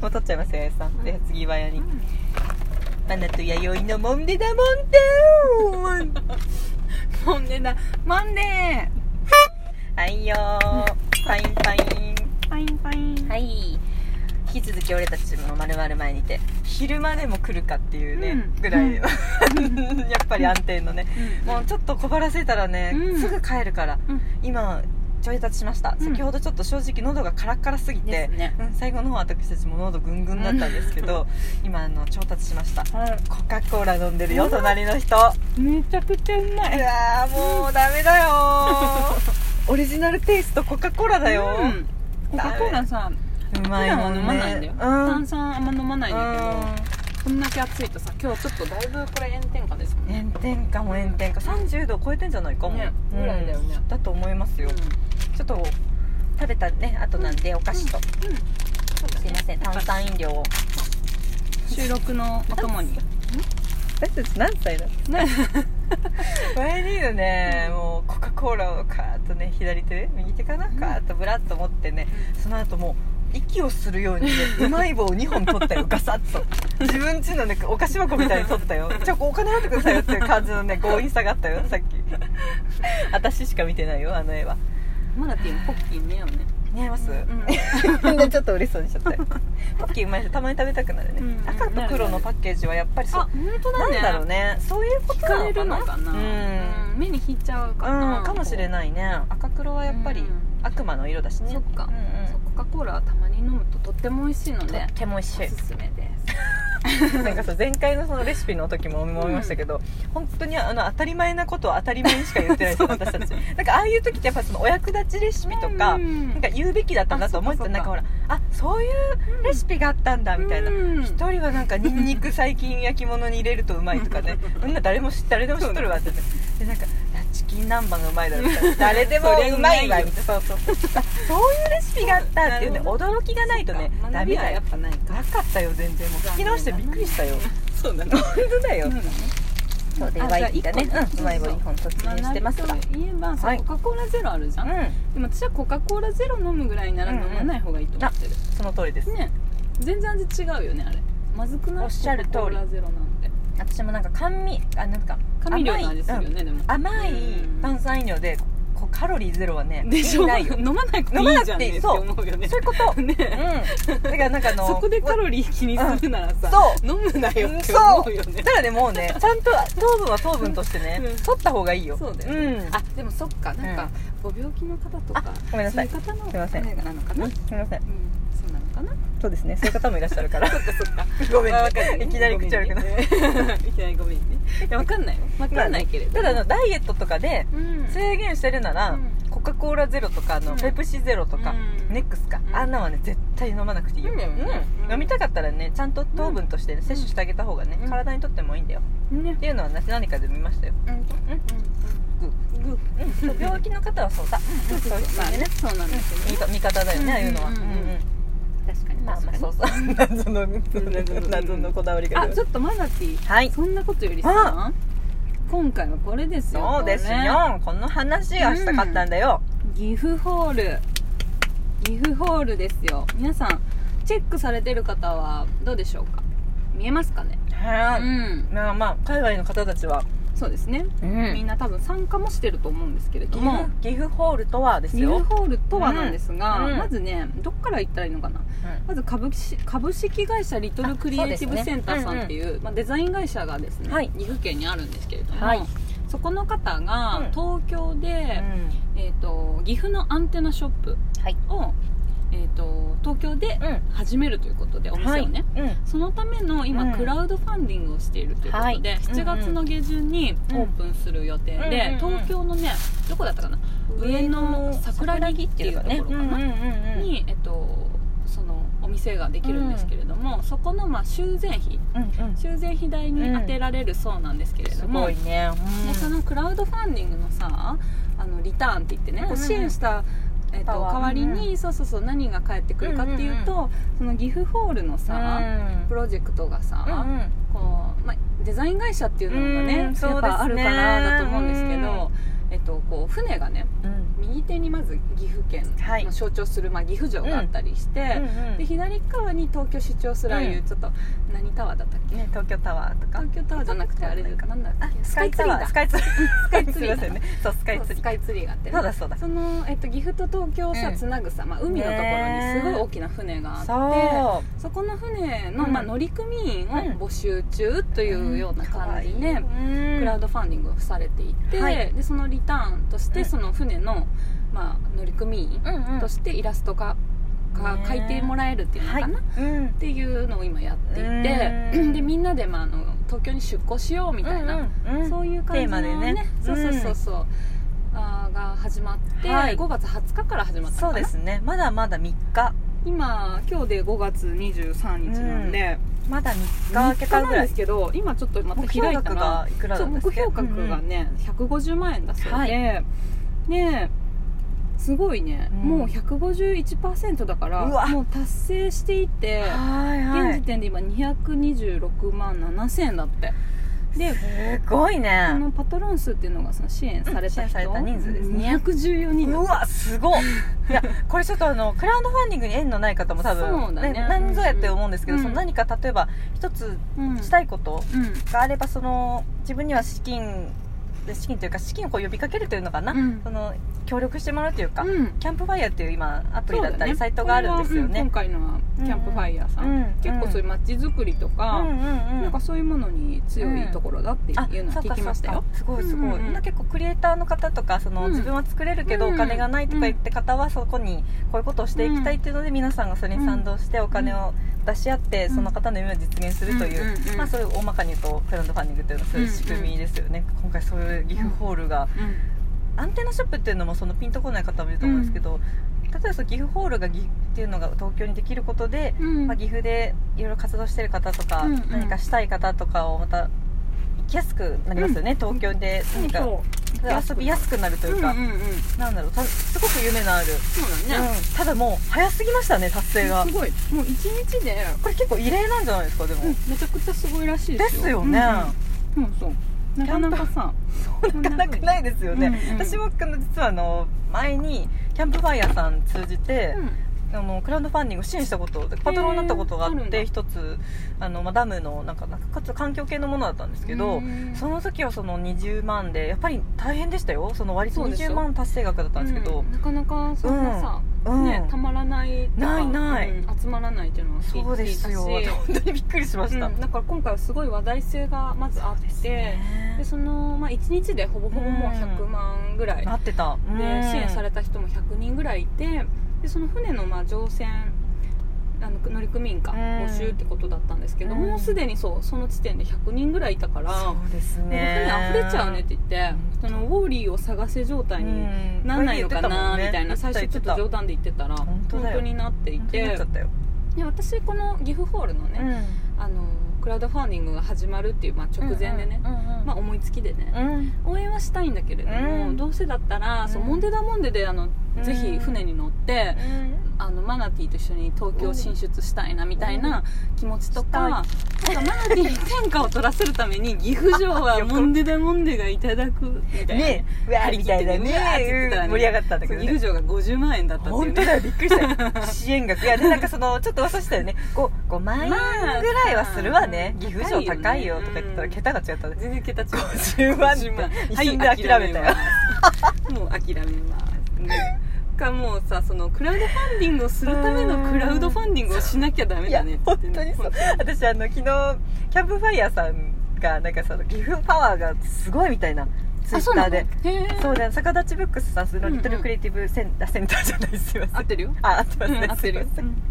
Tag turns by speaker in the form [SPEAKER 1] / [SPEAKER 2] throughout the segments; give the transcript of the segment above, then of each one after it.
[SPEAKER 1] 戻っちゃいますよ八重さんで
[SPEAKER 2] うん
[SPEAKER 1] 次はやに
[SPEAKER 2] うん
[SPEAKER 1] 「アナと弥生のモンデダモンデー
[SPEAKER 2] もうねなマンデー
[SPEAKER 1] はいよーパインパイ
[SPEAKER 2] パインパイン
[SPEAKER 1] ンはい引き続き俺たちもまるまる前にいて昼間でも来るかっていうね、
[SPEAKER 2] うん
[SPEAKER 1] ぐらいや っぱり安定のね
[SPEAKER 2] うん
[SPEAKER 1] もうちょっと小腹空いたらね、
[SPEAKER 2] うん
[SPEAKER 1] すぐ帰るから
[SPEAKER 2] うん
[SPEAKER 1] 今ちょい立ちしました、
[SPEAKER 2] うん
[SPEAKER 1] 先ほどちょっと正直喉がカラッカラすぎて、
[SPEAKER 2] ですね
[SPEAKER 1] うん、最後の方私たちも喉ぐんぐんだったんですけど、今あの調達しました
[SPEAKER 2] はい
[SPEAKER 1] コカ・コーラ飲んでるよ
[SPEAKER 2] うん
[SPEAKER 1] 隣の人うわ
[SPEAKER 2] めちゃくちゃうまい
[SPEAKER 1] ーもうダメだよー オリジナルテイストコカ・コーラだよ
[SPEAKER 2] う
[SPEAKER 1] ー、
[SPEAKER 2] んコカ・コーラさ
[SPEAKER 1] う
[SPEAKER 2] 普
[SPEAKER 1] まい
[SPEAKER 2] 段
[SPEAKER 1] も
[SPEAKER 2] は
[SPEAKER 1] んね
[SPEAKER 2] 飲まないんだよ、
[SPEAKER 1] うん
[SPEAKER 2] 炭酸あんま飲まないんだけどこんだけ暑いとさ今日ちょっとだいぶこれ炎天下ですもん
[SPEAKER 1] うん炎天下も炎天下30度超えてんじゃないかも、
[SPEAKER 2] ね
[SPEAKER 1] うん
[SPEAKER 2] ぐらいだよね
[SPEAKER 1] だと思いますよ、ちょっと食べたね後なんでお菓子と、
[SPEAKER 2] うんそうだ
[SPEAKER 1] すい
[SPEAKER 2] ね
[SPEAKER 1] ません炭酸飲料を
[SPEAKER 2] 収録のお供に
[SPEAKER 1] 私たち何歳だ
[SPEAKER 2] ね
[SPEAKER 1] 前にのねもうコカ・コーラをカーッとね左手右手かな
[SPEAKER 2] うん
[SPEAKER 1] カーッとブラッと持ってねその後もう息をするようにねうまい棒を2本取ったよガサッと自分ちのねお菓子箱みたいに取ったよちょお金払ってくださいよっていう感じのね強引さがあったよさっき私しか見てないよあの絵は
[SPEAKER 2] マナティーもポッキー似合うね
[SPEAKER 1] 似合います、
[SPEAKER 2] うん
[SPEAKER 1] みんなちょっと嬉しそうにしちゃったよポッキーうまいしたまに食べたくなるね、
[SPEAKER 2] うん
[SPEAKER 1] 赤と黒のパッケージはやっぱり
[SPEAKER 2] あ
[SPEAKER 1] そう
[SPEAKER 2] 本当
[SPEAKER 1] な
[SPEAKER 2] だ
[SPEAKER 1] ん
[SPEAKER 2] ね
[SPEAKER 1] だろうねそういうこと
[SPEAKER 2] 惹
[SPEAKER 1] な
[SPEAKER 2] か
[SPEAKER 1] の
[SPEAKER 2] れ
[SPEAKER 1] か
[SPEAKER 2] る
[SPEAKER 1] な
[SPEAKER 2] のかな
[SPEAKER 1] うん
[SPEAKER 2] うん目に引いちゃうかな
[SPEAKER 1] うん、かもしれないね赤黒はやっぱり
[SPEAKER 2] うん
[SPEAKER 1] 悪魔の色だしね、
[SPEAKER 2] そっか
[SPEAKER 1] うんうん
[SPEAKER 2] そうコカ・コーラはたまに飲むととっても美味しいの
[SPEAKER 1] と
[SPEAKER 2] で
[SPEAKER 1] っても美味し
[SPEAKER 2] お すすめです
[SPEAKER 1] いなんかさ前回のそのレシピの時も思いましたけど、本当にあの当たり前なことを当たり前にしか言ってない
[SPEAKER 2] そう
[SPEAKER 1] 私たちなんかああいう時ってやっぱそのお役立ちレシピとか、
[SPEAKER 2] うん
[SPEAKER 1] なんか言うべきだったなと思って
[SPEAKER 2] あそっか
[SPEAKER 1] なんかほらあそういうレシピがあったんだみたいな、
[SPEAKER 2] うん
[SPEAKER 1] 一人はなんかニンニク最近焼き物に入れるとうまいとか ねそんな誰も知誰でも知っとるわってでなんかあチキン南蛮がうまいだろみたいな誰でも
[SPEAKER 2] そりゃ
[SPEAKER 1] う
[SPEAKER 2] うま
[SPEAKER 1] ま
[SPEAKER 2] いよ
[SPEAKER 1] いわみたいなそうそうあそういうレシピがあったっていうね
[SPEAKER 2] なるほ
[SPEAKER 1] 驚きがないとねダ
[SPEAKER 2] 学び
[SPEAKER 1] メ
[SPEAKER 2] は
[SPEAKER 1] だ
[SPEAKER 2] や
[SPEAKER 1] よ
[SPEAKER 2] っぱないか
[SPEAKER 1] なかったよ全然もう聞き直してびっくりしたよ
[SPEAKER 2] そうだね
[SPEAKER 1] 本当だ
[SPEAKER 2] そ
[SPEAKER 1] よ、
[SPEAKER 2] うだね
[SPEAKER 1] そうで
[SPEAKER 2] あ
[SPEAKER 1] ワインがね
[SPEAKER 2] じゃあ一個
[SPEAKER 1] うんうまい棒2本突入してますが
[SPEAKER 2] 学びといえば
[SPEAKER 1] は
[SPEAKER 2] さ
[SPEAKER 1] い
[SPEAKER 2] コカ・コーラゼロあるじゃ
[SPEAKER 1] うんん
[SPEAKER 2] でも私はコカ・コーラゼロ飲むぐらいなら飲まない方がいいと思ってる
[SPEAKER 1] その通りです、
[SPEAKER 2] ね全然味違うよねあれまずくない
[SPEAKER 1] おっしゃる通り
[SPEAKER 2] コカ・コーラゼロなんて
[SPEAKER 1] 私もなんか甘味あなんか
[SPEAKER 2] 甘い料理の味するよねでも
[SPEAKER 1] 甘い
[SPEAKER 2] うん
[SPEAKER 1] 炭酸飲料でこうカロリーゼロはね
[SPEAKER 2] でしょ
[SPEAKER 1] 意味ないよ
[SPEAKER 2] 飲まなくていいじゃんねって
[SPEAKER 1] そう
[SPEAKER 2] 思うよね
[SPEAKER 1] そういうこと
[SPEAKER 2] ね
[SPEAKER 1] うんだからなんかあの
[SPEAKER 2] そこでカロリー気にするならさ
[SPEAKER 1] そ
[SPEAKER 2] 飲むなよ
[SPEAKER 1] うん
[SPEAKER 2] って
[SPEAKER 1] そ
[SPEAKER 2] 思
[SPEAKER 1] う
[SPEAKER 2] うよね
[SPEAKER 1] ただねもう ねちゃんと糖分は糖分としてね、
[SPEAKER 2] うん
[SPEAKER 1] 取った方がいいよ
[SPEAKER 2] そうだよ
[SPEAKER 1] ね、ん
[SPEAKER 2] あでもそっかなんかご病気の方とか
[SPEAKER 1] あごめんなさい
[SPEAKER 2] そういう方の
[SPEAKER 1] すいません
[SPEAKER 2] あれなのかな
[SPEAKER 1] う
[SPEAKER 2] う
[SPEAKER 1] ん
[SPEAKER 2] ん
[SPEAKER 1] すみません
[SPEAKER 2] そうなのかな
[SPEAKER 1] そうですねそういう方もいらっしゃるから
[SPEAKER 2] そっかそっか
[SPEAKER 1] ごめん、
[SPEAKER 2] あ
[SPEAKER 1] ね
[SPEAKER 2] わかる、ね
[SPEAKER 1] いきなり口悪くな
[SPEAKER 2] ご
[SPEAKER 1] い
[SPEAKER 2] めんねいきなりごめんねいやわかんないよわかんないけれど
[SPEAKER 1] ただあのダイエットとかで
[SPEAKER 2] うん
[SPEAKER 1] 制限してるなら、
[SPEAKER 2] うん
[SPEAKER 1] コカ・コーラゼロとかあの、
[SPEAKER 2] うん
[SPEAKER 1] ペプシゼロとか、
[SPEAKER 2] うん
[SPEAKER 1] ネックスか、
[SPEAKER 2] うん
[SPEAKER 1] あんなはね絶対飲まなくていいよ、
[SPEAKER 2] いいんだよね
[SPEAKER 1] うん
[SPEAKER 2] うん
[SPEAKER 1] 飲みたかったらねちゃんと糖分として、ね摂取してあげた方がね、
[SPEAKER 2] うん
[SPEAKER 1] 体にとってもいいんだよ
[SPEAKER 2] ね
[SPEAKER 1] っていうのはな何かで見ましたよ、
[SPEAKER 2] うんうんうんグ
[SPEAKER 1] うんそう病気の方はそうだ、
[SPEAKER 2] ー
[SPEAKER 1] そういう
[SPEAKER 2] まあ
[SPEAKER 1] ね
[SPEAKER 2] ねそうなんですよね
[SPEAKER 1] 味方味方だよね、ああいうのは、
[SPEAKER 2] うんうんうんうん確かに
[SPEAKER 1] まあまあ
[SPEAKER 2] 確か
[SPEAKER 1] そう
[SPEAKER 2] に
[SPEAKER 1] そう謎の謎のこだわりがあ
[SPEAKER 2] あ
[SPEAKER 1] る
[SPEAKER 2] ちょっとマナティ
[SPEAKER 1] はい
[SPEAKER 2] そんなことよりさ今回はこれですよ
[SPEAKER 1] そうです
[SPEAKER 2] これ
[SPEAKER 1] よこの話がしたかったんだよ、
[SPEAKER 2] 岐阜ホール岐阜ホールですよ皆さんチェックされてる方はどうでしょうか見えますかねう
[SPEAKER 1] はい、
[SPEAKER 2] ん
[SPEAKER 1] まあまあ海外の方たちは、
[SPEAKER 2] そうですね、みんな多分参加もしてると思うんですけれど
[SPEAKER 1] 岐
[SPEAKER 2] も
[SPEAKER 1] 阜岐阜ホールとはです
[SPEAKER 2] 岐阜
[SPEAKER 1] よ
[SPEAKER 2] ホールとはなんですが、
[SPEAKER 1] うんうん
[SPEAKER 2] まずねどっから行ったらいいのかなまず株式株式会社リトルクリエイティブセンターさんっていうまあ、デザイン会社がですね、
[SPEAKER 1] はい
[SPEAKER 2] 岐阜県にあるんですけれども、
[SPEAKER 1] はい
[SPEAKER 2] そこの方
[SPEAKER 1] うん
[SPEAKER 2] が東京で、えー、と岐阜のアンテナショップ
[SPEAKER 1] はい
[SPEAKER 2] を、えー、と東京で
[SPEAKER 1] うん
[SPEAKER 2] 始めるということでお店をね、
[SPEAKER 1] うん
[SPEAKER 2] そのための今、
[SPEAKER 1] うん
[SPEAKER 2] クラウドファンディングをしているということで、
[SPEAKER 1] はい
[SPEAKER 2] 7月の下旬に
[SPEAKER 1] う
[SPEAKER 2] オ
[SPEAKER 1] んうん
[SPEAKER 2] ープンする予定
[SPEAKER 1] うんうん
[SPEAKER 2] で、
[SPEAKER 1] うんうん
[SPEAKER 2] 東京のねどこだったかな上野桜木っていうところかな、
[SPEAKER 1] に
[SPEAKER 2] に、えっと、そのお店ができるんですけれども、そこのまあ修繕費修繕費代に当てられるそうなんですけれ
[SPEAKER 1] す
[SPEAKER 2] ども、
[SPEAKER 1] ごいね
[SPEAKER 2] でそのクラウドファンディングのさあのリターンって言ってね、こ
[SPEAKER 1] う
[SPEAKER 2] う
[SPEAKER 1] んうん
[SPEAKER 2] 支援した、えっと
[SPEAKER 1] パワー
[SPEAKER 2] 代わりに、
[SPEAKER 1] うん
[SPEAKER 2] そうそうそう何が返ってくるかっていうと、
[SPEAKER 1] う
[SPEAKER 2] そのギフホールのさ、プ
[SPEAKER 1] ロ
[SPEAKER 2] ロジェクトがさ、こうまあ、デザイン会社っていうのがね、
[SPEAKER 1] うん
[SPEAKER 2] や
[SPEAKER 1] そう
[SPEAKER 2] っ
[SPEAKER 1] ですね
[SPEAKER 2] ぱあるからだと思うんですけど、えっと、こう船がね
[SPEAKER 1] うん
[SPEAKER 2] 右手にまず岐阜県
[SPEAKER 1] はい
[SPEAKER 2] の象徴する、まあ、岐阜城があったりして、
[SPEAKER 1] うんうん
[SPEAKER 2] で左側に東京市庁すらいう、
[SPEAKER 1] うん
[SPEAKER 2] ちょっと何タワーだったっけ
[SPEAKER 1] ね、東京タワーとか
[SPEAKER 2] 東京タワーじゃなくてあれ
[SPEAKER 1] 東京タワー
[SPEAKER 2] なんだっけ
[SPEAKER 1] スカイツリーだス
[SPEAKER 2] ス
[SPEAKER 1] カイツリース
[SPEAKER 2] カイツリーだ
[SPEAKER 1] すいませんねそうスカ
[SPEAKER 2] カイ
[SPEAKER 1] イ
[SPEAKER 2] ツ
[SPEAKER 1] ツリ
[SPEAKER 2] リース
[SPEAKER 1] ー
[SPEAKER 2] カイツリーがあってね
[SPEAKER 1] そうだそうだ
[SPEAKER 2] その、えっと、岐阜と東京をさ
[SPEAKER 1] うん
[SPEAKER 2] つなぐさ、まあ、海のところにすごい大きな船があって
[SPEAKER 1] そう
[SPEAKER 2] そこの船の、
[SPEAKER 1] うん
[SPEAKER 2] まあ、乗組員を
[SPEAKER 1] うん
[SPEAKER 2] 募集中というような感じで、
[SPEAKER 1] うん可愛い
[SPEAKER 2] クラウドファンディングをされていて、
[SPEAKER 1] はい
[SPEAKER 2] でそのリターンとして、
[SPEAKER 1] うん
[SPEAKER 2] その船の、まあ、乗組員
[SPEAKER 1] うんうん
[SPEAKER 2] としてイラスト化が
[SPEAKER 1] ね
[SPEAKER 2] 書いてもらえるっていうのかな、っ
[SPEAKER 1] うん
[SPEAKER 2] ていうのを今やっていて、
[SPEAKER 1] うん
[SPEAKER 2] でみんなで、まあ、あの東京に出向しようみたいな、
[SPEAKER 1] うんうん
[SPEAKER 2] そういう感
[SPEAKER 1] テ
[SPEAKER 2] じの
[SPEAKER 1] ーマ
[SPEAKER 2] ね
[SPEAKER 1] でね
[SPEAKER 2] そうそうそうそう、あーが始まって、
[SPEAKER 1] はい
[SPEAKER 2] 5月20日から始まった
[SPEAKER 1] そ
[SPEAKER 2] の
[SPEAKER 1] う
[SPEAKER 2] か
[SPEAKER 1] で
[SPEAKER 2] な
[SPEAKER 1] すねまだまだ3日
[SPEAKER 2] 今今日で5月23日なんで、
[SPEAKER 1] まだ3日
[SPEAKER 2] 3
[SPEAKER 1] 明け
[SPEAKER 2] 日
[SPEAKER 1] た
[SPEAKER 2] な
[SPEAKER 1] ぐ
[SPEAKER 2] ん
[SPEAKER 1] ら
[SPEAKER 2] で
[SPEAKER 1] い
[SPEAKER 2] すけど今ちょっとまた
[SPEAKER 1] 目
[SPEAKER 2] 開
[SPEAKER 1] 標
[SPEAKER 2] いた
[SPEAKER 1] 額
[SPEAKER 2] ら
[SPEAKER 1] がいくら
[SPEAKER 2] そ
[SPEAKER 1] な
[SPEAKER 2] うん目
[SPEAKER 1] ですか
[SPEAKER 2] 標額がね、150万円だそうで、
[SPEAKER 1] は
[SPEAKER 2] ですごいね、
[SPEAKER 1] うん
[SPEAKER 2] もう151%だか
[SPEAKER 1] うわ
[SPEAKER 2] らもう達成していて
[SPEAKER 1] はいは
[SPEAKER 2] 現時
[SPEAKER 1] い
[SPEAKER 2] 点で今226万7000円だってです
[SPEAKER 1] ごい
[SPEAKER 2] こ
[SPEAKER 1] ね
[SPEAKER 2] のパトロン数っていうのがその支援さ
[SPEAKER 1] う
[SPEAKER 2] れた
[SPEAKER 1] ん支援
[SPEAKER 2] 人、
[SPEAKER 1] された人数ですね
[SPEAKER 2] 214人
[SPEAKER 1] うわすごっいやこれちょっとあのクラウドファンディングに縁のない方も多
[SPEAKER 2] そう
[SPEAKER 1] 分、
[SPEAKER 2] だね
[SPEAKER 1] 何ぞやって思うんですけど、
[SPEAKER 2] うん
[SPEAKER 1] その何か例えば一つ
[SPEAKER 2] うん
[SPEAKER 1] したいこと
[SPEAKER 2] うん
[SPEAKER 1] があればその自分には資金資金というか資金をこう呼びかけるというのかな、
[SPEAKER 2] うん
[SPEAKER 1] その協力してもらうというか、
[SPEAKER 2] うん
[SPEAKER 1] キャンプファイヤーっていう今アプリだったり
[SPEAKER 2] そうね
[SPEAKER 1] サイトがあるんですよ
[SPEAKER 2] これはうん
[SPEAKER 1] ね
[SPEAKER 2] 今回のはキャンプファイヤーさん、
[SPEAKER 1] うんうん
[SPEAKER 2] 結構そういう街づくりと
[SPEAKER 1] うん
[SPEAKER 2] か、
[SPEAKER 1] うんう
[SPEAKER 2] なん
[SPEAKER 1] ん
[SPEAKER 2] かそういうものに強いところだっていうのは
[SPEAKER 1] そう
[SPEAKER 2] 聞
[SPEAKER 1] か
[SPEAKER 2] きました
[SPEAKER 1] そう
[SPEAKER 2] よ
[SPEAKER 1] か、すごいすごい、
[SPEAKER 2] うんうんう
[SPEAKER 1] な
[SPEAKER 2] ん
[SPEAKER 1] んか結構クリエイターの方とかその、
[SPEAKER 2] うん
[SPEAKER 1] 自分は作れるけど
[SPEAKER 2] うん
[SPEAKER 1] お金がないとか言って方はそこにこういうことをしていきたいっていうので、皆さんがそれに賛同してお金を出し合って、
[SPEAKER 2] うん
[SPEAKER 1] その方の夢を実現するという、
[SPEAKER 2] うんうんうん
[SPEAKER 1] まあ、そういう大まかに言うとクラウドファンディングというのはそういう仕組みですよね、今回そういうギフホールが、アンテナショップっていうのもそのピンとこない方もいると思うんですけど、例えばそのギフホールがギっていうのが東京にできることで、
[SPEAKER 2] うん
[SPEAKER 1] まあ、岐阜でいろいろ活動してる方とか、
[SPEAKER 2] うんうん
[SPEAKER 1] 何かしたい方とかをまた行きやすくなりますよね、東京で何か遊びやすくなるというか、
[SPEAKER 2] うんうんうん
[SPEAKER 1] なんだろうたすごく夢のある、
[SPEAKER 2] そう
[SPEAKER 1] う
[SPEAKER 2] だね、
[SPEAKER 1] んただもう早すぎましたね達成が
[SPEAKER 2] すごいもう一日で、
[SPEAKER 1] これ結構異例なんじゃないですかでも、
[SPEAKER 2] うんめちゃくちゃすごいらし
[SPEAKER 1] で
[SPEAKER 2] いですよ
[SPEAKER 1] すよね、
[SPEAKER 2] うんうんそうそうなかなかさ
[SPEAKER 1] なかなかないですよね、
[SPEAKER 2] うんうん
[SPEAKER 1] 私もあの実はあの前にキャンプファイヤーさん通じて、あのクラウドファンディングを支援したことパトロンになったことがあ
[SPEAKER 2] へーあ
[SPEAKER 1] っ
[SPEAKER 2] るんだ
[SPEAKER 1] て一つあの、まあ、ダムのなんかなんかかつ環境系のものだったんですけどその時はその20万でやっぱり大変でしたよその割と
[SPEAKER 2] そうでしょ
[SPEAKER 1] 20万達成額だったんですけど
[SPEAKER 2] なかなかそんなさ、
[SPEAKER 1] うん
[SPEAKER 2] ね、たまらないとか
[SPEAKER 1] ないない
[SPEAKER 2] うん集まらないっていうのは聞い
[SPEAKER 1] そうですよ
[SPEAKER 2] 聞いたし
[SPEAKER 1] 本当にびっくりしました、
[SPEAKER 2] うん、だから今回はすごい話題性がまずあってで、その、まあ、1日でほぼほぼもう100万ぐらい、
[SPEAKER 1] なってた、うん
[SPEAKER 2] で支援された人も100人ぐらいいてでその船のまあ乗船あの乗組員か
[SPEAKER 1] うん
[SPEAKER 2] 募集ってことだったんですけど、
[SPEAKER 1] うん
[SPEAKER 2] もうすでにそうその時点で100人ぐらいいたから、
[SPEAKER 1] そ
[SPEAKER 2] もう
[SPEAKER 1] うですね
[SPEAKER 2] 船溢れちゃうねって言ってそのウォーリーを探せ状態に
[SPEAKER 1] うん
[SPEAKER 2] なんないのかなみ
[SPEAKER 1] 言ったて
[SPEAKER 2] いな、
[SPEAKER 1] もんね
[SPEAKER 2] 最初ちょ
[SPEAKER 1] 言
[SPEAKER 2] っと冗
[SPEAKER 1] て
[SPEAKER 2] 談で言ってたら
[SPEAKER 1] 本
[SPEAKER 2] 本
[SPEAKER 1] 当だよ
[SPEAKER 2] 当になって
[SPEAKER 1] た
[SPEAKER 2] い
[SPEAKER 1] 本当にな
[SPEAKER 2] て
[SPEAKER 1] っちゃったよ、
[SPEAKER 2] で私この岐阜ホールのね、あのクラウドファンディングが始まるっていう、まあ、直前でね、
[SPEAKER 1] うんうんうん
[SPEAKER 2] まあ、思いつきでね、
[SPEAKER 1] うん
[SPEAKER 2] 応援はしたいんだけれども、
[SPEAKER 1] うん
[SPEAKER 2] どうせだったら、そう
[SPEAKER 1] うん
[SPEAKER 2] モンデダモンデであの、
[SPEAKER 1] うん
[SPEAKER 2] ぜひ船に乗って、あのマナティーと一緒に東京進出したいなみたいな気持ちとか,、なんかマナティーに天下を取らせるために岐阜 城はモンデダモンデがいただくみたいな、
[SPEAKER 1] ねうわーみたいな
[SPEAKER 2] うわーって言ってた
[SPEAKER 1] ね
[SPEAKER 2] ね
[SPEAKER 1] 盛り上がったんだ
[SPEAKER 2] そ
[SPEAKER 1] け
[SPEAKER 2] う
[SPEAKER 1] ど
[SPEAKER 2] 岐
[SPEAKER 1] ね
[SPEAKER 2] 阜城が50万円だったってい
[SPEAKER 1] 本
[SPEAKER 2] う
[SPEAKER 1] 当
[SPEAKER 2] ね
[SPEAKER 1] だよびっくりしたよ支援額いや でなんかそのちょっと噂したよね 5, 5万円ぐらいはするわね、
[SPEAKER 2] まあ
[SPEAKER 1] 岐阜城高いよとか言ってた
[SPEAKER 2] う
[SPEAKER 1] ら
[SPEAKER 2] ん
[SPEAKER 1] 桁が違ったね
[SPEAKER 2] 全然桁違う
[SPEAKER 1] 50万 って一瞬で諦めたよ、
[SPEAKER 2] はい、もう諦めます、ね、かもうさそのクラウドファンディングをするためのクラウドファンディングをしなきゃダメ
[SPEAKER 1] い
[SPEAKER 2] だ
[SPEAKER 1] や
[SPEAKER 2] ねって
[SPEAKER 1] 本当にそう私あの昨日キャンプファイヤーさんがなんかその岐阜パワーがすごいみたいなツイッターで
[SPEAKER 2] へえ
[SPEAKER 1] そうだよ逆立ちブックスさんその
[SPEAKER 2] うんうん
[SPEAKER 1] リトルクリエイティブセン,、あセンターじゃないすいません
[SPEAKER 2] 合ってるよ
[SPEAKER 1] あ合ってますね、
[SPEAKER 2] うん合ってるよ
[SPEAKER 1] すいません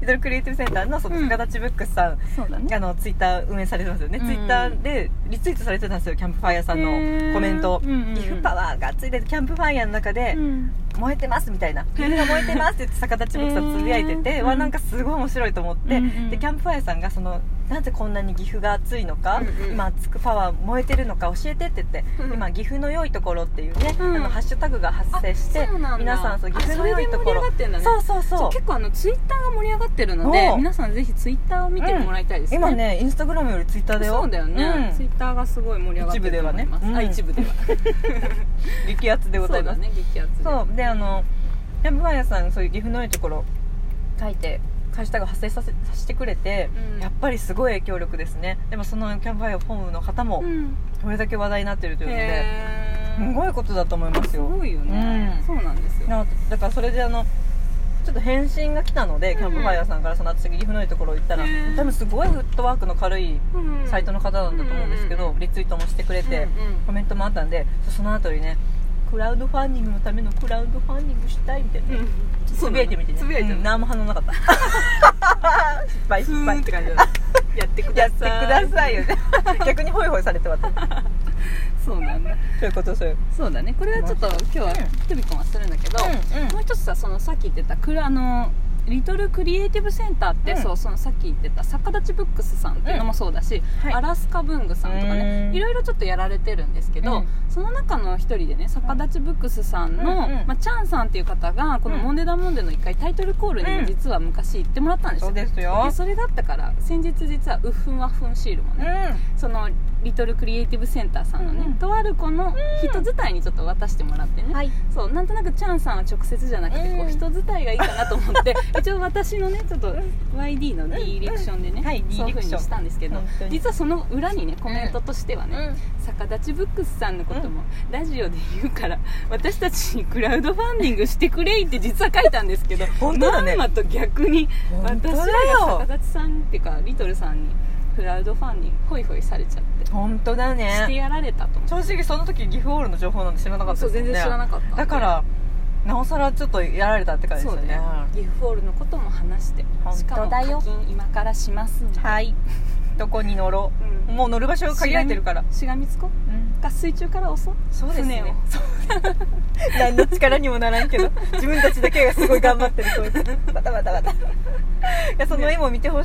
[SPEAKER 1] リトルクリエイティブセンターのその逆立ちブックスさん、
[SPEAKER 2] そうだ
[SPEAKER 1] あのツイッター運営されてますよね、
[SPEAKER 2] うん
[SPEAKER 1] ツイッターでリツイートされてたんですよキャンプファイヤーさん
[SPEAKER 2] へー
[SPEAKER 1] のコメントを
[SPEAKER 2] うんうんうん
[SPEAKER 1] 岐阜パワーがついててキャンプファイヤーの中で
[SPEAKER 2] うん
[SPEAKER 1] 燃えてますみたいな岐阜が燃えてますって言って逆立ちぶくさんつぶやいて
[SPEAKER 2] へ
[SPEAKER 1] て
[SPEAKER 2] ー
[SPEAKER 1] わなんかすごい面白いと思って
[SPEAKER 2] うんうん
[SPEAKER 1] でキャンプファイヤーさんがそのなぜこんなに岐阜が熱いのか、
[SPEAKER 2] うんうん
[SPEAKER 1] 今熱くパワー燃えてるのか教えてって言って、
[SPEAKER 2] うん
[SPEAKER 1] 今岐阜の良いところっていうね、
[SPEAKER 2] うん
[SPEAKER 1] あのハッシュタグが発生して
[SPEAKER 2] あそうなんだ
[SPEAKER 1] 皆さんそう岐阜の良いところ
[SPEAKER 2] あそれで盛り上がってんだね
[SPEAKER 1] そうそう
[SPEAKER 2] そ
[SPEAKER 1] そう
[SPEAKER 2] う結構あのツイッターが盛り上がってるので
[SPEAKER 1] おう
[SPEAKER 2] 皆さんぜひツイッターを見てもらいたいですね、
[SPEAKER 1] 今ねインスタグラムよりツイッターだよ
[SPEAKER 2] そうだよね、ツイッターがすごい盛り上がってると思いま
[SPEAKER 1] 一
[SPEAKER 2] す
[SPEAKER 1] 部ではね
[SPEAKER 2] あ一部では
[SPEAKER 1] うん、激アツでござい
[SPEAKER 2] そう
[SPEAKER 1] ま
[SPEAKER 2] だ
[SPEAKER 1] す
[SPEAKER 2] ね激アツで
[SPEAKER 1] そうであのヤブバヤさんそういう岐阜のいいところ書いてハッシュタグ発生させさせてくれて、
[SPEAKER 2] うん
[SPEAKER 1] やっぱりすごい影響力ですねでもそのキャンプファイアフォームの方も
[SPEAKER 2] うん
[SPEAKER 1] これだけ話題になってるというので、
[SPEAKER 2] へ
[SPEAKER 1] す
[SPEAKER 2] ー
[SPEAKER 1] ごいことだと思います
[SPEAKER 2] す
[SPEAKER 1] よ
[SPEAKER 2] ごいよね、
[SPEAKER 1] うん
[SPEAKER 2] そうなんですよ
[SPEAKER 1] なだからそれであのちょっと返信が来たので、
[SPEAKER 2] うん
[SPEAKER 1] キャンプファイアさんからその私が岐阜のいいところ行ったら、
[SPEAKER 2] へー
[SPEAKER 1] 多分すごいフットワークの軽い
[SPEAKER 2] うん
[SPEAKER 1] サイトの方なんだと思うんですけど、
[SPEAKER 2] うんうん
[SPEAKER 1] リツイートもしてくれて、
[SPEAKER 2] うんうん
[SPEAKER 1] コメントもあったんでその後にねクラウドファンディングのためのクラウドファンディングしたいみたいな、つぶやいてみてね
[SPEAKER 2] つぶやいて
[SPEAKER 1] うん
[SPEAKER 2] みて
[SPEAKER 1] 何も反応な かった失敗失
[SPEAKER 2] ふー
[SPEAKER 1] 敗
[SPEAKER 2] んって感じだねやって く
[SPEAKER 1] やっ
[SPEAKER 2] だ
[SPEAKER 1] てく
[SPEAKER 2] さい
[SPEAKER 1] ださいよね 逆にホイホイされ て私
[SPEAKER 2] そうなんだ
[SPEAKER 1] そういうことそういう
[SPEAKER 2] そうだねこれはちょっと今日は
[SPEAKER 1] うん
[SPEAKER 2] ひとびくんはするんだけど、
[SPEAKER 1] うんうん
[SPEAKER 2] もう一つさそのさっき言ってたクラあのリトルクリエイティブセンターって、
[SPEAKER 1] うん
[SPEAKER 2] そうそのさっき言ってた逆立ちブックスさんっていうのもそうだし、
[SPEAKER 1] うんはい
[SPEAKER 2] アラスカ文具さんとかね
[SPEAKER 1] うん
[SPEAKER 2] いろいろちょっとやられてるんですけ
[SPEAKER 1] う
[SPEAKER 2] ど、
[SPEAKER 1] ん
[SPEAKER 2] その中の一人でね逆立ちブックスさんの、
[SPEAKER 1] うんうん
[SPEAKER 2] まあ、チャンさんっていう方がこの「
[SPEAKER 1] うん
[SPEAKER 2] モンデダモンデ」の一回タイトルコールにも実は昔行ってもらったんですよ、
[SPEAKER 1] そうですよ
[SPEAKER 2] でそれだったから先日実は「うっふんわっふんシール」もね、
[SPEAKER 1] う
[SPEAKER 2] そのリトルクリエイティブセンターさんのね、
[SPEAKER 1] うんうん
[SPEAKER 2] とある子の人伝いにちょっと渡してもらってね、
[SPEAKER 1] んはい
[SPEAKER 2] そうなんとなくチャンさんは直接じゃなくてこ
[SPEAKER 1] う
[SPEAKER 2] うん人伝いがいいかなと思って 一応私のねちょっと YD の D リクションでね、
[SPEAKER 1] うんはい
[SPEAKER 2] そうい
[SPEAKER 1] D リ
[SPEAKER 2] うふう
[SPEAKER 1] ク
[SPEAKER 2] に
[SPEAKER 1] ション
[SPEAKER 2] したんですけど
[SPEAKER 1] 本当に
[SPEAKER 2] 実はその裏にねコメントとしてはね、逆立ちブックスさんのこともラジオで言うから私たちにクラウドファンディングしてくれいって実は書いたんですけど
[SPEAKER 1] 本当だね
[SPEAKER 2] まんまと逆に
[SPEAKER 1] 本当だ
[SPEAKER 2] 私
[SPEAKER 1] よ
[SPEAKER 2] らが逆立ちさんっていうかリトルさんにクラウドファンディングホイホイされちゃって
[SPEAKER 1] 本当だ
[SPEAKER 2] して
[SPEAKER 1] ね
[SPEAKER 2] やられたと思
[SPEAKER 1] 正直その時岐阜オールの情報なんて知らなかっ
[SPEAKER 2] う
[SPEAKER 1] た
[SPEAKER 2] そう全然知らな
[SPEAKER 1] か
[SPEAKER 2] かったんで
[SPEAKER 1] だからなおさらちょっとやられたって感じで
[SPEAKER 2] そ
[SPEAKER 1] す
[SPEAKER 2] う
[SPEAKER 1] よ
[SPEAKER 2] だ
[SPEAKER 1] ね
[SPEAKER 2] ねギフォールのことも話して
[SPEAKER 1] 本
[SPEAKER 2] しか
[SPEAKER 1] 当
[SPEAKER 2] も
[SPEAKER 1] だ
[SPEAKER 2] 課
[SPEAKER 1] よ
[SPEAKER 2] 金今からしますんで
[SPEAKER 1] はいどこに乗ろう、
[SPEAKER 2] うん
[SPEAKER 1] もう乗る場所が限られてるから、
[SPEAKER 2] しがみつこが水中から襲う
[SPEAKER 1] そうですね
[SPEAKER 2] 船を
[SPEAKER 1] そう何の力にもならんけど自分たちだけがすごい頑張ってるこいつバタバタバタいやその絵も見てほしい